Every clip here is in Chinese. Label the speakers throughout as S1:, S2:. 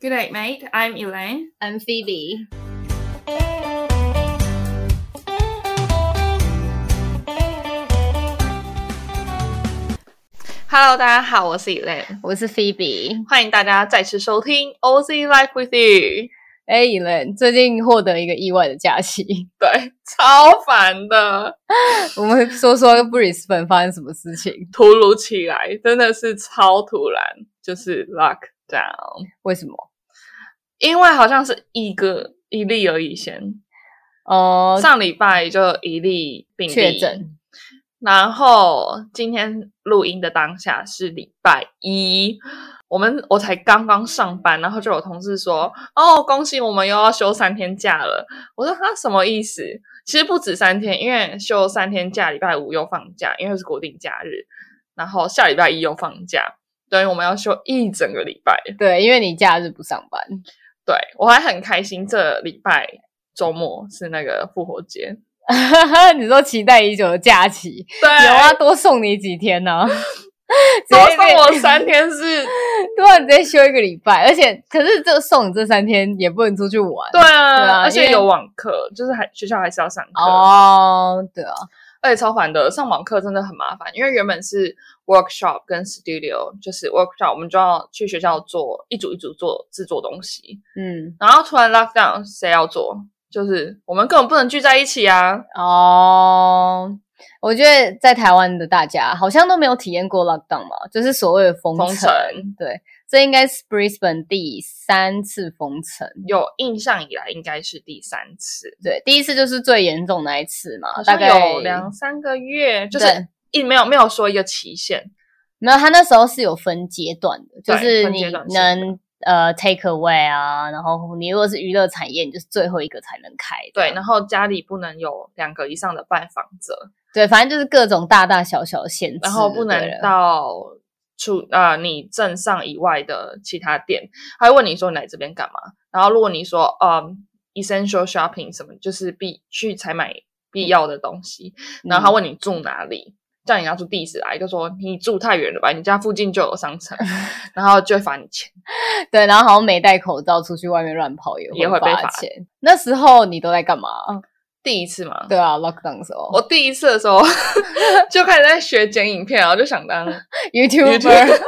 S1: Good night, mate. I'm Elaine.
S2: I'm Phoebe.
S1: Hello，大家好，我是 Elaine，
S2: 我是 Phoebe。
S1: 欢迎大家再次收听 OZ Life with You。
S2: 哎、e l a n 最近获得一个意外的假期，
S1: 对， 超烦的，
S2: 我们说说布里斯本发生什么事情？
S1: 突如其来，真的是超突然，就是 lockdown，
S2: 为什么？
S1: 因为好像是一个一例而已先，
S2: 哦、
S1: 上礼拜就一例病例
S2: 确，诊，
S1: 然后今天录音的当下是礼拜一，我们我才刚刚上班，然后就有同事说：“哦，恭喜我们又要休三天假了。”我说：“他什么意思？”其实不止三天，因为休三天假，礼拜五又放假，因为是国定假日，然后下礼拜一又放假，等于我们要休一整个礼拜。
S2: 对，因为你假日不上班，
S1: 对我还很开心，这礼拜周末是那个复活节，
S2: 你说期待已久的假期，
S1: 对，
S2: 有啊，，多送你几天呢、直
S1: 多
S2: 接
S1: 送我三天 是，
S2: 对啊，你直接休一个礼拜，而且可是这送你这三天也不能出去玩，
S1: 对啊，
S2: 对啊
S1: 而
S2: 因
S1: 且
S2: 为
S1: 有网课，就是还学校还是要上课，
S2: 哦，对啊，
S1: 而且超烦的，上网课真的很麻烦，因为原本是 workshop 跟 studio，就是 workshop 我们就要去学校做一组一组做制作东西，
S2: 嗯，
S1: 然后突然 lockdown 谁要做？就是我们根本不能聚在一起啊！
S2: 哦，我觉得在台湾的大家好像都没有体验过 lockdown 嘛，就是所谓的封城。
S1: 封城
S2: 对，这应该是 Brisbane 第三次封城。
S1: 有印象以来应该是第三次，
S2: 对，第一次就是最严重那一次嘛
S1: 好，
S2: 大
S1: 像
S2: 概
S1: 有两三个月，就是
S2: 对
S1: 一没有没有说一个期限，
S2: 没有，他那时候是有分阶段的，就
S1: 对
S2: 是
S1: 分阶
S2: 你
S1: 段是的
S2: 能呃 take away 啊，然后你如果是娱乐产业，你就是最后一个才能开这
S1: 对，
S2: 样。
S1: 然后家里不能有两个以上的拜访者，
S2: 对，反正就是各种大大小小的限制，
S1: 然后不
S2: 对
S1: 能
S2: 了
S1: 到出呃你镇上以外的其他店，还会问你说你来这边干嘛，然后如果你说嗯 essential shopping 什么，就是必去采买必要的东西，然后他
S2: 嗯
S1: 问你住哪里。叫你拿出地址来，就说你住太远了吧，你家附近就有商 城，然后就会罚你钱。
S2: 对，然后好像没戴口罩出去外面乱跑也
S1: 也会被
S2: 罚
S1: 罚
S2: 钱。那时候你都在干嘛？
S1: 第一次嘛，
S2: 对啊，lockdown 的时候
S1: 我第一次的时候 就开始在学剪影片，然后就想当
S2: ，YouTuber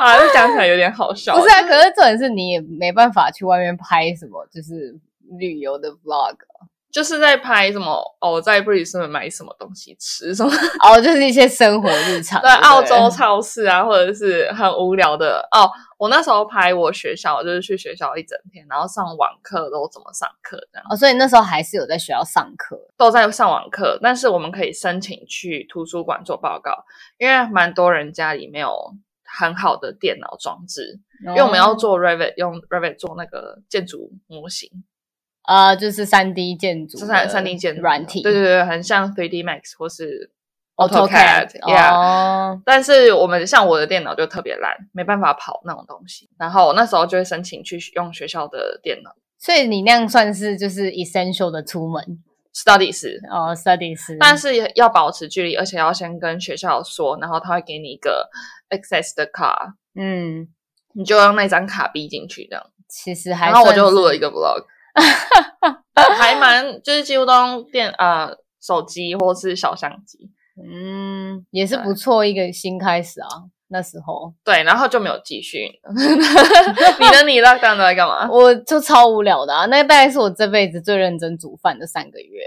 S1: 啊，就讲起来有点好笑。
S2: 不是啊？可是重点是你也没办法去外面拍什么，就是旅游的 vlog
S1: 就是在拍什么哦，我在布里斯本买什么东西吃， 什么
S2: 哦，就是一些生活日常。
S1: 在
S2: 对不对
S1: 澳洲超市啊，或者是很无聊的哦。我那时候拍我学校，就是去学校一整天，然后上网课都怎么上课，这样
S2: 哦，所以那时候还是有在学校上课。
S1: 都在上网课。但是我们可以申请去图书馆做报告，因为蛮多人家里没有很好的电脑装置，
S2: 因
S1: 因为我们
S2: 哦
S1: 要做 Revit，用 Revit 做那个建筑模型，
S2: 呃，就是三 D 建筑
S1: 就
S2: 的，
S1: 是三 D 建筑
S2: 软体，
S1: 对对对，很像 3D Max 或是
S2: AutoCAD，
S1: yeah、
S2: 哦，
S1: 但是我们像我的电脑就特别烂，没办法跑那种东西。然后我那时候就会申请去用学校的电脑
S2: 所以你那样算是就是 essential 的出门
S1: study 室，
S2: 哦，study 是，
S1: 但是也要保持距离，而且要先跟学校说，然后他会给你一个 access 的卡，
S2: 嗯，
S1: 你就用那张卡逼进去这样。
S2: 其实还
S1: 然后我
S2: 算
S1: 就录
S2: 是
S1: 了一个 vlog，还 蛮就是几乎都用电呃手机或是小相机，
S2: 嗯，也是
S1: 对
S2: 不错一个新开始啊。那时候
S1: 对，然后就没有继续。 你呢？你 lockdown 都在干嘛？
S2: 我就超无聊的啊，那大概是我这辈子最认真煮饭的三个月。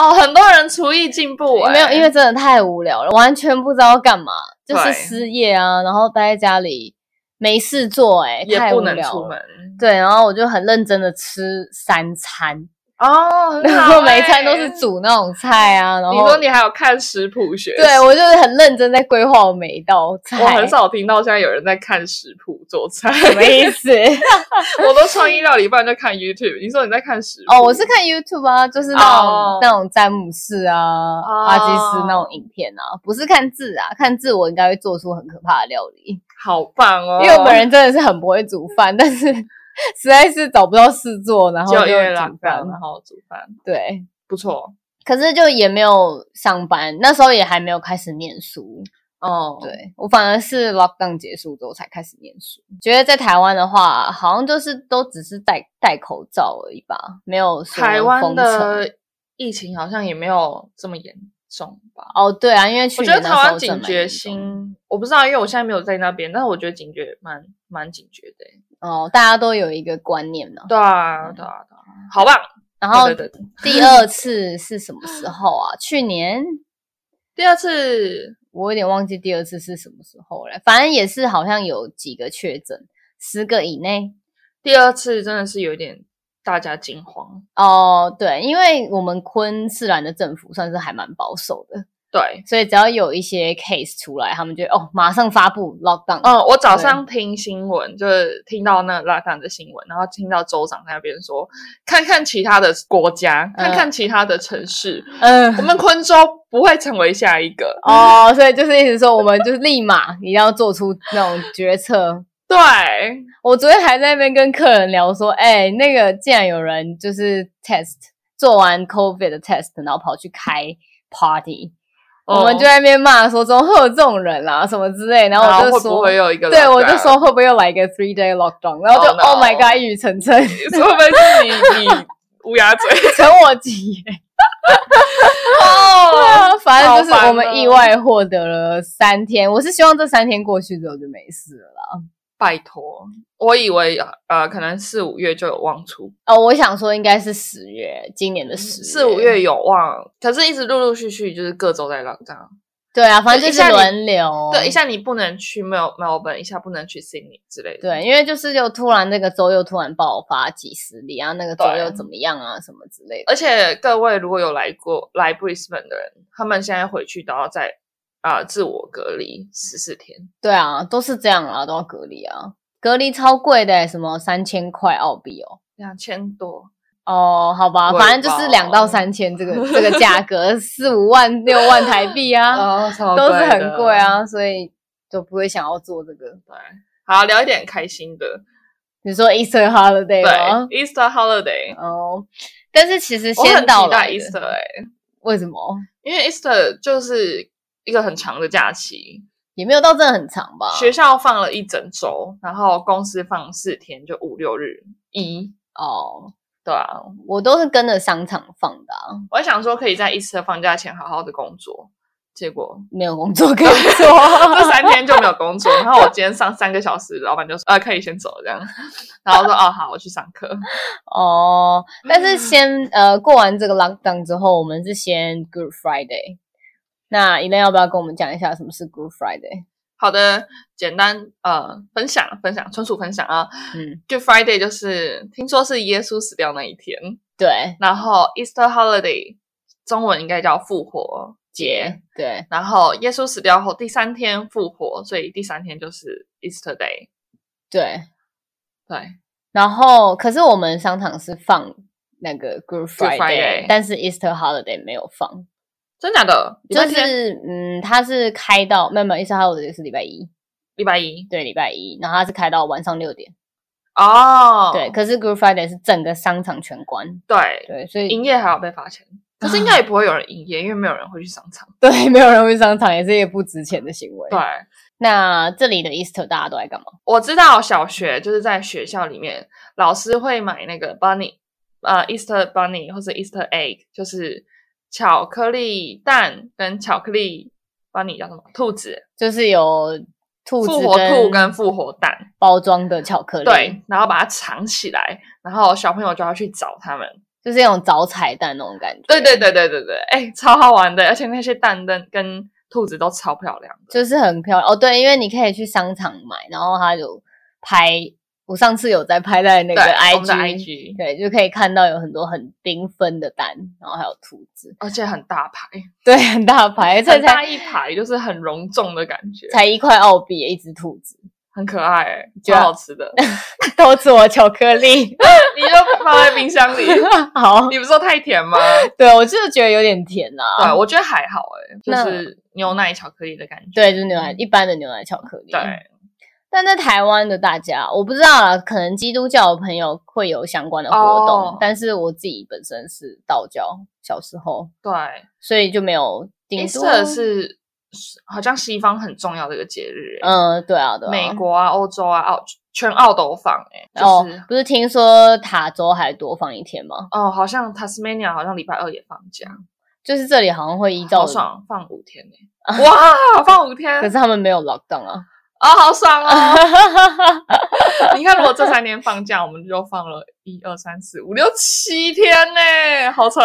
S1: 哦，很多人厨艺进步、欸，
S2: 没有，因为真的太无聊了，完全不知道干嘛，就是
S1: 对
S2: 失业啊，然后待在家里没事做、欸，
S1: 也
S2: 太无
S1: 不能
S2: 聊
S1: 出
S2: 了。
S1: 门。
S2: 对，然后我就很认真的吃三餐，
S1: 哦，很
S2: 然
S1: 好
S2: 后每一餐
S1: 欸
S2: 都是。煮那种菜啊，然后
S1: 你说你还有看食谱学习？
S2: 对我就是很认真在规划我每一道菜，
S1: 我很少听到现在有人在看食谱做菜，
S2: 什么意思？
S1: 我都创意料理，不然就看 YouTube。你说你在看食谱？
S2: 哦，我是看 YouTube 啊，就是那种、
S1: 哦
S2: 那种詹姆士啊、阿基斯那
S1: 哦
S2: 种影片啊，不是看字啊，看字我应该会做出很可怕的料理，
S1: 好棒哦，
S2: 因为我本人真的是很不会煮饭，但是 实在是找不到事做，然后
S1: 就
S2: 就
S1: 因为
S2: 煮
S1: 懒
S2: 饭嗯
S1: 饭，。然后煮饭
S2: 对，
S1: 不错
S2: 可是就也没有上班，那时候也还没有开始念书，
S1: 哦，，
S2: 对我反而是 lockdown 结束之后才开始念书，觉得在台湾的话，好像就是都只是戴戴口罩而已吧，没有说
S1: 台湾
S2: 封城
S1: 的疫情好像也没有这么严重吧？
S2: 哦，对啊，因为去
S1: 我觉得
S2: 年
S1: 台
S2: 那时
S1: 湾
S2: 候真
S1: 警
S2: 蛮
S1: 觉
S2: 严重
S1: 心，我不知道，因为我现在没有在那边，但是我觉得警觉蛮蛮警觉的欸。
S2: 哦，大家都有一个观念呢、
S1: 对啊，
S2: 嗯
S1: 对啊，对啊，好棒！
S2: 然后
S1: 对对对，
S2: 第二次是什么时候啊？去年
S1: 第二次
S2: 我有点忘记第二次是什么时候了，反正也是好像有几个确诊，十个以内。
S1: 第二次真的是有点大家惊慌，
S2: 哦，对，因为我们昆士兰的政府算是还蛮保守的，
S1: 对。
S2: 所以只要有一些 case 出来，他们就哦马上发布 lockdown。
S1: 嗯，我早
S2: 对
S1: 上听新闻，就是听到那拉萨的新闻，然后听到州长在那边说，看看其他的国家，看
S2: 嗯
S1: 看其他的城市，
S2: 嗯，
S1: 我们昆州不会成为下一个。
S2: 哦，所以就是意思说，我们就是立马一定要做出那种决策。
S1: 对，
S2: 我昨天还在那边跟客人聊说，哎、那个竟然有人就是 test 做完 COVID 的 test，然后跑去开 party，、我们
S1: 哦
S2: 就在那边骂说怎么会有这种人啦、什么之类，然
S1: 然
S2: 后
S1: 后
S2: 我就
S1: 啊会
S2: 说，
S1: 不会有一个？
S2: 对我就说会不会又来一个 three day lockdown，然后就、
S1: Oh no
S2: Oh my god，一语成谶，
S1: 会不会是你你乌鸦嘴？
S2: 成我吉言。 对
S1: 哦，
S2: 啊，反正就是
S1: 好烦
S2: 我们意
S1: 哦
S2: 外获得了三天。我是希望这三天过去之后就没事了啦。
S1: 拜托，我以为呃，可能四五月就有望出，
S2: 哦，我想说应该是十月，今年的十
S1: 嗯四五月有望，可是一直陆陆续续就是各州在 lock down。
S2: 对啊，反正
S1: 对
S2: 就是
S1: 一下你
S2: 轮流，
S1: 对，一下你不能去 Mel Melbourne，一下不能去 Sydney 之类的。
S2: 对，，因为就是又突然那个州又突然爆发几十例啊，那个州
S1: 对
S2: 又怎么样啊，什么之类的。
S1: 而且各位如果有来过来 Brisbane 的人，他们现在回去都要在啊、呃自我隔离十四天。
S2: 对啊，都是这样啊，都要隔离啊，隔离超贵的欸、什么三千块澳币哦。
S1: 两千多，
S2: 哦，好吧，
S1: 贵哦
S2: 反正就是
S1: 爆
S2: 两到三 千这个这个价格，四五万六万台币啊。
S1: 哦，超
S2: 都是
S1: 贵
S2: 很
S1: 的
S2: 贵。啊，所以就不会想要做这个。
S1: 对，好聊一点开心的，
S2: 你说 Easter holiday
S1: 对
S2: 吗？
S1: ，Easter holiday，
S2: 哦，但是其实
S1: 我很
S2: 哦先到
S1: 期
S2: 来
S1: 待
S2: 的
S1: Easter 哎、
S2: 为什么
S1: 因为 Easter 就是一个很长的假期，
S2: 也没有到真的很长吧？
S1: 学校放了一整周，然后公司放四天，就五六日一。
S2: 哦，
S1: 对啊，
S2: 我都是跟着商场放的、啊，
S1: 我还想说可以在 Easter 放假前好好的工作，结果
S2: 没有工作可以
S1: 这
S2: 做。
S1: 三天就没有工作。然后我今天上三个小时，老板就说呃可以先走了这样， 然后我说哦好，我去上课。
S2: 哦，
S1: 嗯
S2: 但是先呃过完这个 lockdown 之后，我们是先 Good Friday。那一 n 要不要跟我们讲一下什么是 Good Friday？
S1: 好的，简单呃分享分享纯属分享啊。
S2: 嗯，
S1: Good Friday 就是听说是耶稣死掉那一天，
S2: 对
S1: 然后 Easter Holiday 中文应该叫复活节。
S2: 对，
S1: 然后耶稣死掉后第三天复活，所以第三天就是 Easter Day。
S2: 对，
S1: 对，
S2: 然后，可是我们商场是放那个
S1: Good
S2: Good Friday，,
S1: Friday
S2: 但是 Easter Holiday 没有放，
S1: 真假的？礼
S2: 就
S1: 拜天
S2: 是嗯，它是开到没有没有 Easter Holiday 是礼拜一，
S1: 礼拜一
S2: 对，礼拜一，然后它是开到晚上六点，
S1: 哦。
S2: 对。可是 Good Friday 是整个商场全关，
S1: 对，
S2: 对，所以
S1: 营业还要被罚钱，可是应该也不会有人营业，因为没有人会去商场。
S2: 对没有人会商场，也是一个不值钱的行为。
S1: 对，，
S2: 那这里的 Easter 大家都在干嘛？
S1: 我知道小学就是在学校里面，老师会买那个 bunny，呃，Easter bunny 或者 Easter egg，就是巧克力蛋跟巧克力 bunny 叫什么？兔子，
S2: 就是有兔子
S1: 复活兔跟复活蛋。
S2: 包装的巧克力，
S1: 对，，然后把它藏起来，然后小朋友就要去找他们。
S2: 就是那种找彩蛋那种感觉。
S1: 对对对对对对，哎、超好玩的，而且那些蛋灯跟兔子都超漂亮的。
S2: 就是很漂亮哦。对，因为你可以去商场买，然后它有拍，我上次有在拍在那个
S1: 对，我们
S2: IG，,
S1: 的 IG，
S2: 对，就可以看到有很多很缤纷的蛋，然后还有兔子，
S1: 而且很大牌，
S2: 对，很大牌，这
S1: 很大
S2: 才
S1: 一排，就是很隆重的感觉，
S2: 才一块澳币一只兔子，
S1: 很可爱、哎
S2: 觉
S1: 超
S2: 得
S1: 好吃的。
S2: 偷吃我巧克 力，
S1: 你就放在冰箱里。
S2: 好，
S1: 你不是说太甜 吗？
S2: 对我就是觉得有点甜啊啦、
S1: 对，我觉得还好哎、
S2: 那
S1: 就是牛奶巧克力的感觉。
S2: 对，就是牛奶一般的牛奶巧克力，
S1: 对，
S2: 但在台湾的大家，我不知道啦，可能基督教的朋友会有相关的活动
S1: 哦
S2: 但是我自己本身是道教，小时候
S1: 对
S2: 所以就没有顶多
S1: ，Easter 啊是好像西方很重要的一个节日、欸，
S2: 嗯，对啊，对啊，
S1: 美国啊、欧洲啊、澳全澳都放、欸，哎，
S2: 哦
S1: 就是，
S2: 不是听说塔州还多放一天吗？
S1: 哦好像 Tasmania 好像礼拜二也放假，
S2: 就是这里好像会依照
S1: 好，爽，放五天哎、欸， 哇，放五天
S2: 可是他们没有 lockdown 啊。
S1: 哦，好爽哦！你看，如果这三天放假，我们就放了一二三四五六七天呢、欸好扯，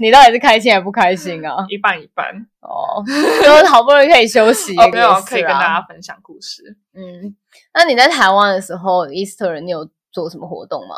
S2: 你到底是开心还不开心啊？
S1: 一半一半。
S2: 哦， 就是好不容易可以休息，
S1: 哦，没有
S2: 也是啊
S1: 可以跟大家分享故事。
S2: 嗯，那你在台湾的时候，Easter 你有做什么活动吗？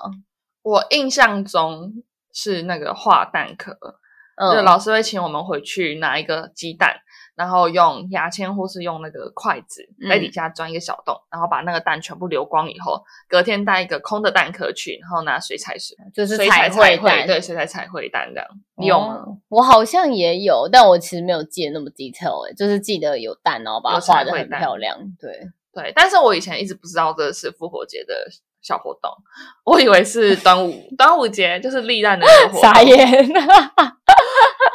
S1: 我印象中是那个画蛋壳，就
S2: 嗯，
S1: 老师会请我们回去拿一个鸡蛋，然后用牙签或是用那个筷子
S2: 嗯
S1: 在底下钻一个小洞，然后把那个蛋全部流光以后，隔天带一个空的蛋壳去，然后拿水彩水
S2: 就是
S1: 水彩
S2: 彩绘
S1: 蛋，
S2: 蛋，
S1: 对，水彩彩绘蛋这样。你有吗？
S2: 哦我好像也有，但我其实没有记得那么 detail，哎、就是记得有蛋，然后把它
S1: 有彩
S2: 画的
S1: 绘
S2: 很
S1: 蛋
S2: 漂亮。对，
S1: 对，但是我以前一直不知道这是复活节的小活动，我以为是端午端午节就是立蛋的那个活动。
S2: 傻！眼，
S1: 哦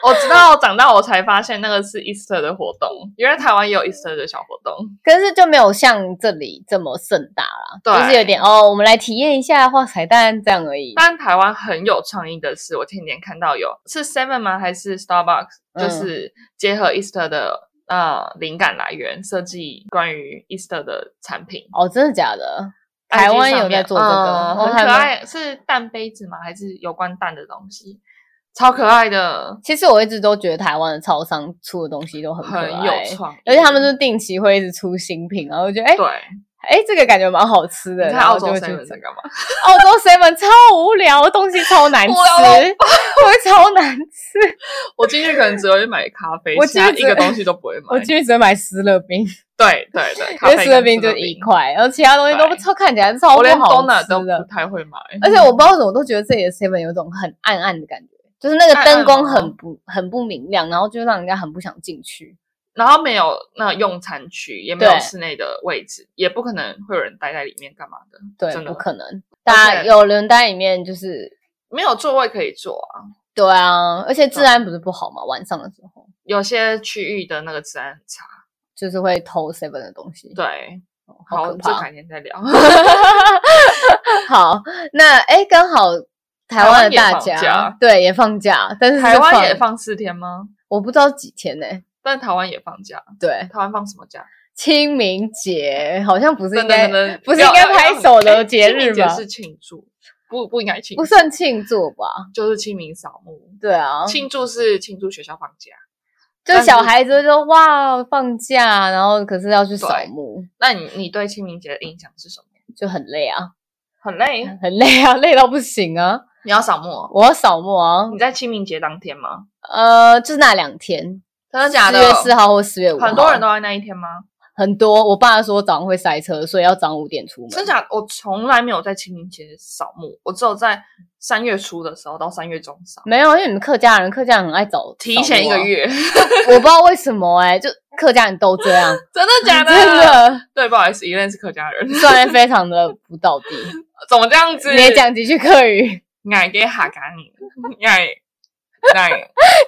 S1: 我直到长大我才发现那个是 Easter 的活动，原来台湾也有 Easter 的小活动。
S2: 可是就没有像这里这么盛大啦，
S1: 对
S2: 就是有点哦，我们来体验一下画彩蛋这样而已。
S1: 但台湾很有创意的是，我前几天看到有是 Seven 吗？还是 Starbucks？
S2: 嗯
S1: 就是结合 Easter 的呃灵感来源，设计关于 Easter 的产品。
S2: 哦，真的假的？
S1: IG
S2: 台湾
S1: 上
S2: 有在
S1: 面
S2: 做这个
S1: 嗯
S2: 我
S1: 很
S2: 还
S1: 可
S2: 没
S1: 爱，是蛋杯子吗？还是有关蛋的东西？超可爱的，
S2: 其实我一直都觉得台湾的超商出的东西都很可
S1: 很
S2: 爱，
S1: 有创意，
S2: 而且他们就定期会一直出新品，然后我觉得哎
S1: 对。
S2: 哎、这个感觉蛮好吃的，
S1: 你看
S2: 然后
S1: 澳
S2: 就
S1: 洲
S2: 会去
S1: seven
S2: 整
S1: 在干 嘛？
S2: 澳洲 seven 超无聊，东西超难吃，
S1: 无聊到
S2: 我觉得超难吃。
S1: 我进去可能只会买咖啡，
S2: 我
S1: 其他
S2: 其
S1: 一
S2: 实
S1: 个东西都不会买
S2: 我。去只买湿乐冰，
S1: 对对对，咖
S2: 因为
S1: 啡
S2: 湿乐
S1: 跟
S2: 冰就一块，然后其他东西都不
S1: 对
S2: 超看起来超
S1: 我
S2: 不
S1: 连
S2: 好
S1: donut
S2: 吃
S1: 都不
S2: 的。
S1: 太会买。
S2: 而且我不知道为什么，我都觉得这里的 seven 有种很暗暗的感觉，就是那个
S1: 暗
S2: 灯
S1: 暗
S2: 光
S1: 吗
S2: 很不很不明亮，然后就让人家很不想进去。
S1: 然后没有那用餐区，也没有
S2: 对
S1: 室内的位置，也不可能会有人待在里面干嘛的，
S2: 对，
S1: 真的
S2: 不可能。大家
S1: 且
S2: 有人在里面就是
S1: 没有座位可以坐啊。
S2: 对啊，而且治
S1: 对
S2: 安不是不好嘛，晚上的时候
S1: 有些区域的那个治安很差，
S2: 就是会偷 seven 的东西。
S1: 对，
S2: 哦，好
S1: 好，
S2: 可
S1: 这
S2: 怕。
S1: 改天再 聊。
S2: 好，那哎，刚好台
S1: 台湾
S2: 湾的
S1: 也
S2: 大
S1: 放
S2: 家
S1: 假
S2: 对也放假，但是
S1: 台
S2: 是
S1: 湾也，放四天吗？
S2: 我不知道几天呢、
S1: 但台湾也放假，
S2: 对，
S1: 台湾放什么假？
S2: 清明节好像不是
S1: 等
S2: 应
S1: 等
S2: 该
S1: 等等，
S2: 不是
S1: 要
S2: 应该
S1: 要
S2: 拍
S1: 要
S2: 手的
S1: 哎
S2: 节
S1: 清明
S2: 日
S1: 节
S2: 吗
S1: 是庆祝，不不应该庆祝，
S2: 不算庆祝吧？
S1: 就是清明扫墓。
S2: 对啊，
S1: 庆祝是庆祝学校放假，
S2: 就是
S1: 但
S2: 小
S1: 是
S2: 孩子就说哇放假，然后可是要去扫
S1: 对
S2: 墓，
S1: 那你你对清明节的印象是什么？
S2: 就很累啊，
S1: 很累，
S2: 很累啊，累到不行啊！
S1: 你要扫墓哦、
S2: 我要扫墓啊，
S1: 你在清明节当天吗？
S2: 呃，就是那两天，
S1: 真的假
S2: 四
S1: 的？
S2: 月四号或四月五号，
S1: 很多人都在那一天吗？
S2: 很多。我爸说早上会塞车，所以要早上五点出门。
S1: 真假？我从来没有在清明节扫墓，我只有在三月初的时候到三月中扫，
S2: 没有，因为你们客家人，客家人很爱早
S1: 提前一个，月。
S2: 扫墓啊 我不知道为什么哎、就客家人都这样，
S1: 真的 假的？
S2: 真的，
S1: 对，不好意思，一认是客家人，
S2: 虽然非常的不到 地。
S1: 怎么这样子？
S2: 你也讲几句客语，
S1: 矮给哈嘎你，矮矮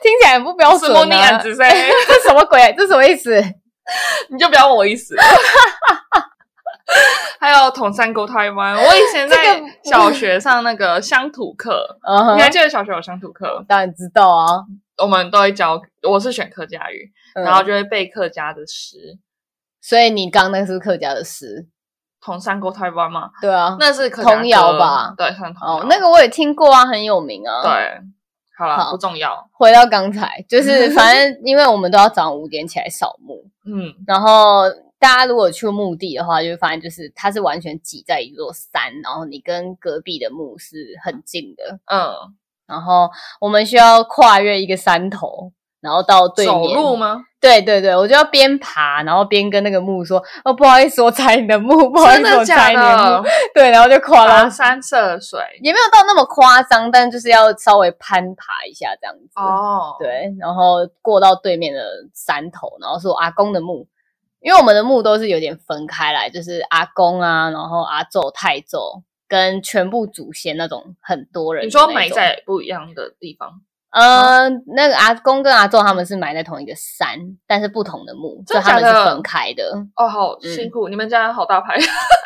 S2: 听起来很不标
S1: 是
S2: 准、
S1: 莫尼
S2: 啊
S1: 安。之噻，
S2: 这什么鬼？这什么意思？
S1: 你就不要问我意思了。还有统山沟台湾，我以前
S2: 这个
S1: 在
S2: 不
S1: 小学上那个乡土课，
S2: 嗯哼
S1: 你还记得小学有乡土课，
S2: 当然知道啊。
S1: 我们都会教，我是选客家语，
S2: 嗯
S1: 然后就会背客家的诗。
S2: 所以你刚那是不是客家的诗，
S1: 统山沟台湾嘛，
S2: 对啊。
S1: 那是客家歌
S2: 童谣吧
S1: 对，算童谣。
S2: 哦，那个我也听过啊，很有名啊。。
S1: 对，好了，
S2: 好
S1: 不重要。
S2: 回到刚才，就是 反正因为我们都要早上五点起来扫墓，
S1: 嗯，
S2: 然后大家如果去墓地的话，就会发现就是它是完全挤在一座山，然后你跟隔壁的墓是很近的，
S1: 嗯，
S2: 然后我们需要跨越一个山头。然后到对
S1: 走
S2: 面，
S1: 路吗？
S2: 对对对，我就要边爬，然后边跟那个墓说：“哦，不好意思，我踩你的墓，不好意
S1: 真
S2: 思，我
S1: 的假
S2: 踩你的
S1: 的啊
S2: 墓。？”对，然后就跨到
S1: 跋山涉水
S2: 也没有到那么夸张，但就是要稍微攀爬一下这样子。
S1: 哦，，
S2: 对，然后过到对面的山头，然后是我阿公的墓，因为我们的墓都是有点分开来，就是阿公啊，然后阿昼、太昼跟全部祖先那种很多人的
S1: 你
S2: 那种。
S1: 说埋在不一样的地方，
S2: 呃，那个阿公跟阿仲他们是埋在同一个山，但是不同的墓，所
S1: 真的
S2: 以他们
S1: 假
S2: 是
S1: 的
S2: 分开的。
S1: 哦，好
S2: 嗯
S1: 辛苦，你们家好大 牌。对不起，对不起，对不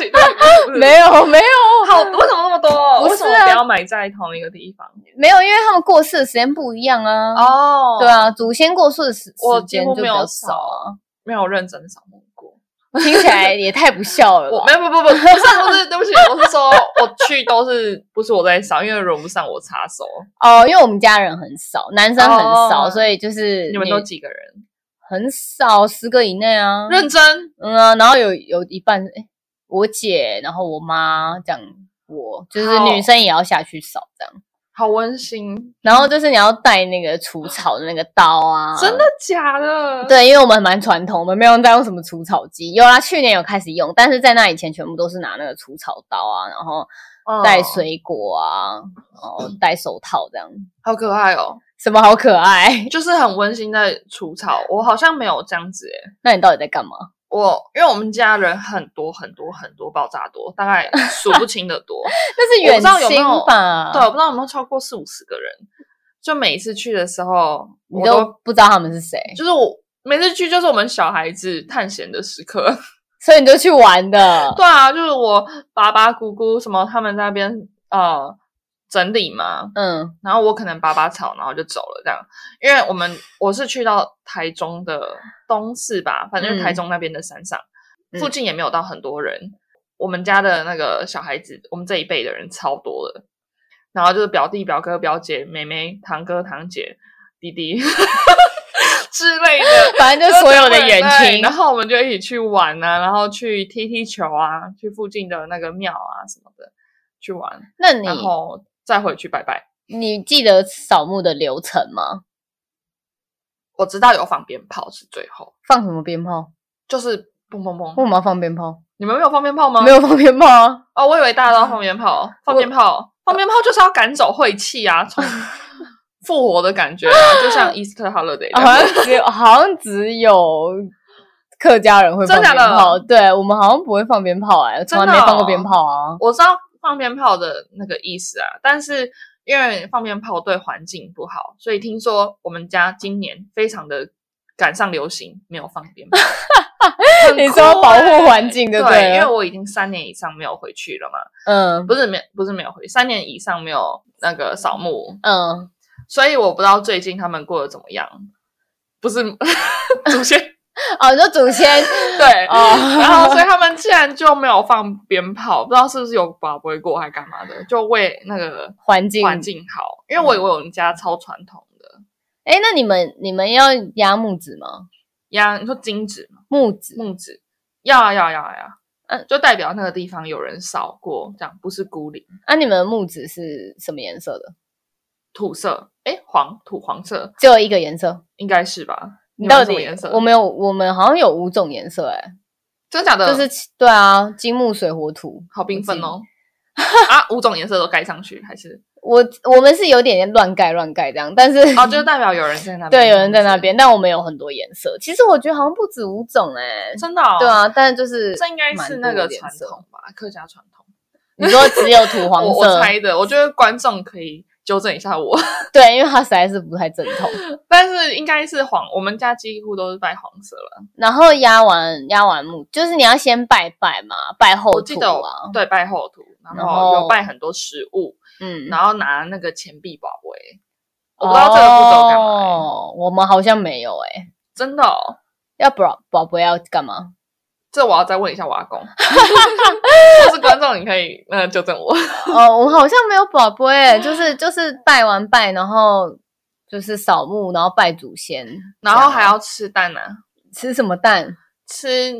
S1: 起，对不起
S2: 没有，没有，
S1: 好，为什么那么多？
S2: 不
S1: 为
S2: 是
S1: 什
S2: 啊
S1: 么不要埋在同一个地方？
S2: 没有，因为他们过世的时间不一样啊。
S1: 哦
S2: 对，啊，祖先过世的时
S1: 我
S2: 时间
S1: 几乎
S2: 就比
S1: 没有
S2: 较
S1: 扫
S2: 少啊。
S1: 没有认真扫墓过。
S2: 听起来也太不孝了
S1: 我
S2: 吧
S1: 没？有，不不不，不是不是，对不起，我是说我去都是不是我在扫，因为轮不上我插手。
S2: 哦，因为我们家人很少，男生很少，
S1: 哦
S2: 所以就是
S1: 你嗯们都
S2: 女
S1: 几个人？
S2: 很少，十个以内啊。
S1: 认真
S2: 嗯啊，然后有有一半，哎，我姐，然后我妈这样，我就是
S1: 好
S2: 女生也要下去扫这样。
S1: 好温馨，
S2: 然后就是你要带那个除草的那个刀啊，
S1: 真的。假的？，
S2: 对，因为我们蛮传统，我们没有在用什么除草机。有啦，去年有开始用，但是在那以前全部都是拿那个除草刀啊，然后
S1: 哦嗯
S2: 带，水果啊，然后戴手套这样。
S1: 好可爱哦，
S2: 什么好可爱？
S1: 就是很温馨在除草。我好像没有这样子诶。
S2: 那你到底在干嘛？
S1: 我因为我们家人很多很多很多，爆炸多，大概数不清的 多。
S2: 那是
S1: 我不
S2: 远
S1: 知道有没
S2: 亲
S1: 有
S2: 吧？
S1: 对，我，不知道有没有超过四五十个人。就每一次去的时候，
S2: 你
S1: 我
S2: 都不知道他们是谁，
S1: 就是我每次去就是我们小孩子探险的时刻。
S2: 所以你就去玩 的。
S1: 对啊，就是我爸爸、姑姑什么他们在那边呃整理嘛，
S2: 嗯，
S1: 然后我可能拔拔草，然后就走了这样。因为我们我是去到台中的东市吧，反正就是台
S2: 嗯
S1: 中那边的山上，
S2: 嗯
S1: 附近也没有到很多人。我们家的那个小孩子，我们这一辈的人超多的，然后就是表弟、表哥、表姐、妹妹、堂哥、堂姐、弟弟 之类的，
S2: 反正就所有的远
S1: 对
S2: 亲
S1: 然。后我们就一起去玩啊，然后去踢踢球啊，去附近的那个庙啊什么的去玩，
S2: 那你
S1: 然后再回去拜拜。
S2: 你记得扫墓的流程吗？
S1: 我知道有放鞭炮是最后，
S2: 放什么鞭炮？
S1: 就是砰砰砰。
S2: 为什么要放鞭炮？
S1: 你们没有放鞭炮吗？
S2: 哦没有放鞭炮啊！
S1: 哦，我以为大家都要放鞭炮，放鞭
S2: 哦
S1: 炮，放鞭炮就是要赶走晦气啊，从复活的感觉、啊，就 像 Easter holiday 这
S2: 好
S1: 样。
S2: 像只有好像只有客家人会放
S1: 真
S2: 鞭
S1: 假的
S2: 炮，对我们好像不会放鞭炮哎、从
S1: 真的
S2: 来没放过
S1: 哦
S2: 鞭炮啊。
S1: 我知道放鞭炮的那个意思啊，但是因为放鞭炮对环境不好，所以听说我们家今年非常的赶上流行，没有放鞭 炮。很
S2: 你
S1: 酷
S2: 说保
S1: 欸
S2: 护环境
S1: 对
S2: 就对了
S1: 因为我已经三年以上没有回去了嘛，
S2: 嗯
S1: 不是没不是没有回，三年以上没有那个扫墓，
S2: 嗯，
S1: 所以我不知道最近他们过得怎么样。不是 祖先
S2: 哦，你说祖先
S1: 对
S2: 哦
S1: 然后所以他们竟然就没有放鞭炮，不知道是不是有把不会过还干嘛的，就为那个
S2: 环境 嗯
S1: 环境好，因为我以为我们家超传统的，
S2: 哎、那你们你们要压木子吗？
S1: 呀，你说金纸吗？
S2: 木子
S1: 木纸，要啊要啊要啊要啊，
S2: 嗯
S1: 就代表那个地方有人扫过，这样不是孤零
S2: 啊，你们的木子是什么颜色的？
S1: 土色，诶，黄土黄色
S2: 只有一个颜色。
S1: 应该是吧？你们
S2: 到
S1: 有什
S2: 底
S1: 么颜色？
S2: 我们有我们好像有五种颜色哎、
S1: 真假的，
S2: 就是其对啊，金木水火土。
S1: 好缤纷哦。啊，五种颜色都盖上去，还是
S2: 我我们是有点乱盖乱盖这样，但是
S1: 哦，就是代表有人在那边，
S2: 对，有人在那，边，但我们有很多颜色。其实我觉得好像不止五种哎、
S1: 真的、哦，
S2: 对，啊，但就是
S1: 这应该
S2: 蛮
S1: 是
S2: 多
S1: 那个
S2: 颜
S1: 传
S2: 色。
S1: 统吧，客家传统。
S2: 你说只有土黄
S1: 我我
S2: 色，
S1: 猜的，我觉得观众可以纠正一下我。
S2: 对，因为它实在是不太正统。
S1: 但是应该是黄，我们家几乎都是拜黄色了。
S2: 然后压完压完木，就是你要先拜拜嘛，拜后
S1: 我记
S2: 土
S1: 得我
S2: 啊，
S1: 对拜后土，然
S2: 然
S1: 后
S2: 后
S1: 有拜很多食物，
S2: 嗯，
S1: 然后拿那个钱币宝贝。我不知道这个步骤干嘛欸、
S2: 哦，我们好像没有哎、
S1: 真的、哦。
S2: 要不然宝贝要 干嘛？
S1: 这我要再问一下我阿 公，或是观众，你可以呃纠正我。
S2: 哦，我们好像没有宝贝、欸，就是就是拜完拜，然后就是扫墓，然后拜祖先，
S1: 然后还
S2: 这样啊
S1: 要吃蛋呢、啊，
S2: 吃什么蛋？
S1: 吃。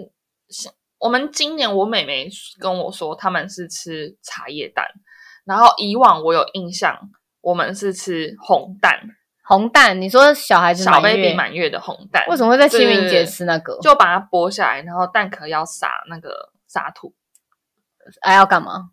S1: 我们今年我妹妹跟我说他们是吃茶叶蛋，然后以往我有印象，我们是吃红蛋，
S2: 红蛋？你说小孩子
S1: 小
S2: 满
S1: baby
S2: 月
S1: 满月的红蛋。
S2: 为什么会在清明
S1: 对
S2: 节吃那个？
S1: 就把它剥下来，然后蛋壳要撒那个撒土。
S2: 哎要干嘛？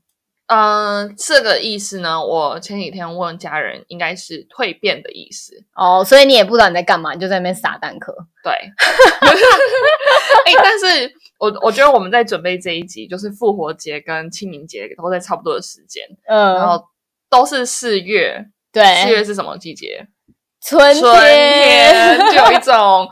S1: 嗯、这个意思呢，我前几天问家人，应该是蜕变的意思。
S2: 哦，所以你也不知道你在干嘛，你就在那边撒蛋壳。
S1: 对， 哎、但是我我觉得我们在准备这一集，就是复活节跟清明节都在差不多的时间，
S2: 嗯
S1: 然后都是四月四
S2: 对，
S1: 月是什么季节？
S2: 春
S1: 春天，就有一种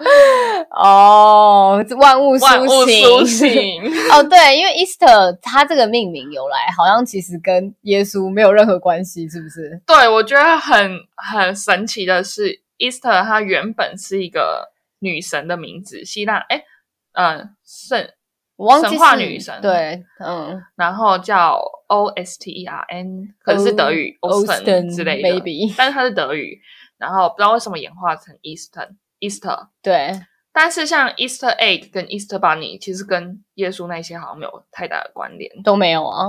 S2: 哦，万物
S1: 万物
S2: 苏醒，
S1: 苏醒。
S2: 哦，对，因为 Easter 它这个命名由来好像其实跟耶稣没有任何关系，是不是？
S1: 对，我觉得很很神奇的是，Easter 它原本是一个女神的名字，希腊哎，嗯、圣，
S2: 我忘记
S1: 神话
S2: 是
S1: 女神
S2: 对，嗯
S1: 然后叫 O S T E R N，可能是德语
S2: O-
S1: Osten 之类的
S2: Osten，maybe
S1: 但是它是德语，然后不知道为什么演化成 Easter Easter。
S2: 对，
S1: 但是像 Easter Egg 跟 Easter Bunny 其实跟耶稣那些好像没有太大的关联。
S2: 都没有啊。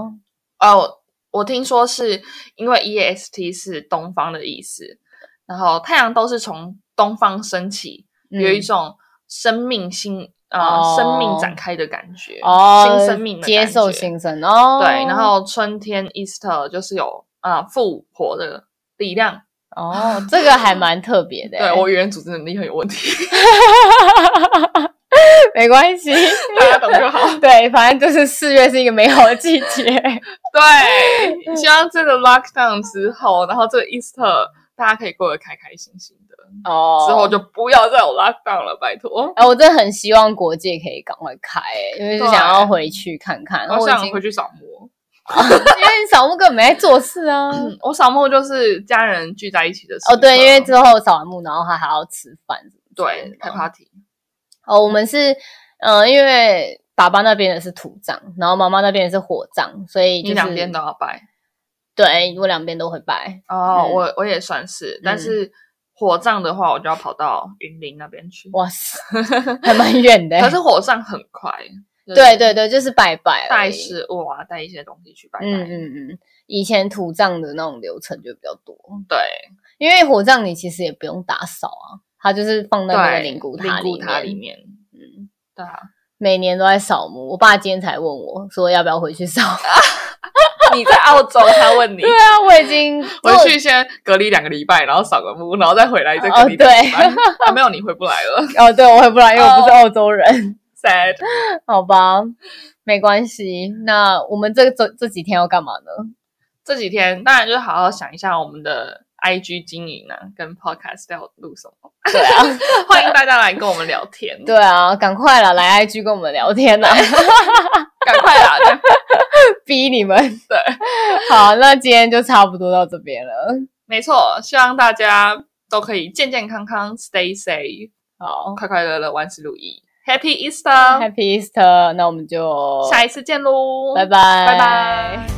S1: 哦，我听说是因为 E S T 是东方的意思，然后太阳都是从东方升起，
S2: 嗯
S1: 有一种生命新呃、
S2: 哦
S1: 生命展开的感觉，
S2: 哦，
S1: 新生命的
S2: 接
S1: 感
S2: 受
S1: 觉
S2: 新生哦，
S1: 对，然后春天 Easter 就是有呃复活的力量。
S2: 哦，这个还蛮特别的欸。
S1: 对我语言组织能力很有问题，
S2: 没关系，
S1: 大家懂就好。
S2: 对，反正就是四月是一个美好的季节。
S1: 对，希望这个 lockdown 之后，然后这个 Easter 大家可以过得开开心心的，
S2: 哦，
S1: 之后就不要再有 lockdown 了，拜托。
S2: 哎、我真的很希望国界可以赶快开、欸，因为是
S1: 对
S2: 想要回去看看。然
S1: 我
S2: 后我哦已
S1: 想
S2: 经，
S1: 回去扫墓。
S2: 因为扫墓根本没在做事啊。
S1: 嗯，啊我扫墓就是家人聚在一起的时
S2: 哦，对，因为
S1: 刻
S2: 之后扫完墓，然后还还要吃饭什么之类的。
S1: 对开 party，
S2: 哦，我们是，呃，因为爸爸那边的是土葬，然后妈妈那边的是火葬，所以
S1: 你
S2: 就是
S1: 两边哦都要拜。
S2: 对我两边都会拜。
S1: 哦
S2: 嗯，
S1: 我我也算是，但是火葬的话，我就要跑到云林那边去。
S2: 哇塞，还蛮远的欸、
S1: 可是火葬很快，就是
S2: 对对对，就是拜拜而
S1: 带
S2: 已，
S1: 食物啊，带一些东西去拜拜。
S2: 嗯嗯嗯，以前土葬的那种流程就比较多，
S1: 对
S2: 因为火葬你其实也不用打扫啊，它就是放在那个
S1: 对，
S2: 灵骨塔
S1: 灵
S2: 里
S1: 骨塔里
S2: 面。
S1: 面，
S2: 嗯，
S1: 对啊，
S2: 每年都在扫墓，我爸今天才问我说要不要回去扫。
S1: 啊 你在澳洲，他问你
S2: 对。啊，我已经
S1: 回去先隔离两个礼拜，然后扫个墓，然后再回来再隔离
S2: 哦
S1: 两个礼拜。 啊，没有你回不来了
S2: 哦，对我回不来，因为我不是
S1: 哦
S2: 澳洲人。
S1: ，sad。
S2: 好吧，没关系。那我们这这这几天要干嘛呢？
S1: 这几天当然就是好好想一下我们的 IG 经营啊，跟 Podcast 要录什么。
S2: 对啊，
S1: 欢迎大家来跟我们聊天，
S2: 对啊，赶快了，来 IG 跟我们聊天啊啦，
S1: 赶快啦！
S2: 逼你们。
S1: 对，
S2: 好，那今天就差不多到这边了。
S1: 没错，希望大家都可以健健康康，Stay safe，
S2: 好
S1: 快快乐乐，万事如意，Happy Easter，
S2: ，Happy Easter，那我们就
S1: 下一次见喽，
S2: 拜拜，
S1: 拜拜。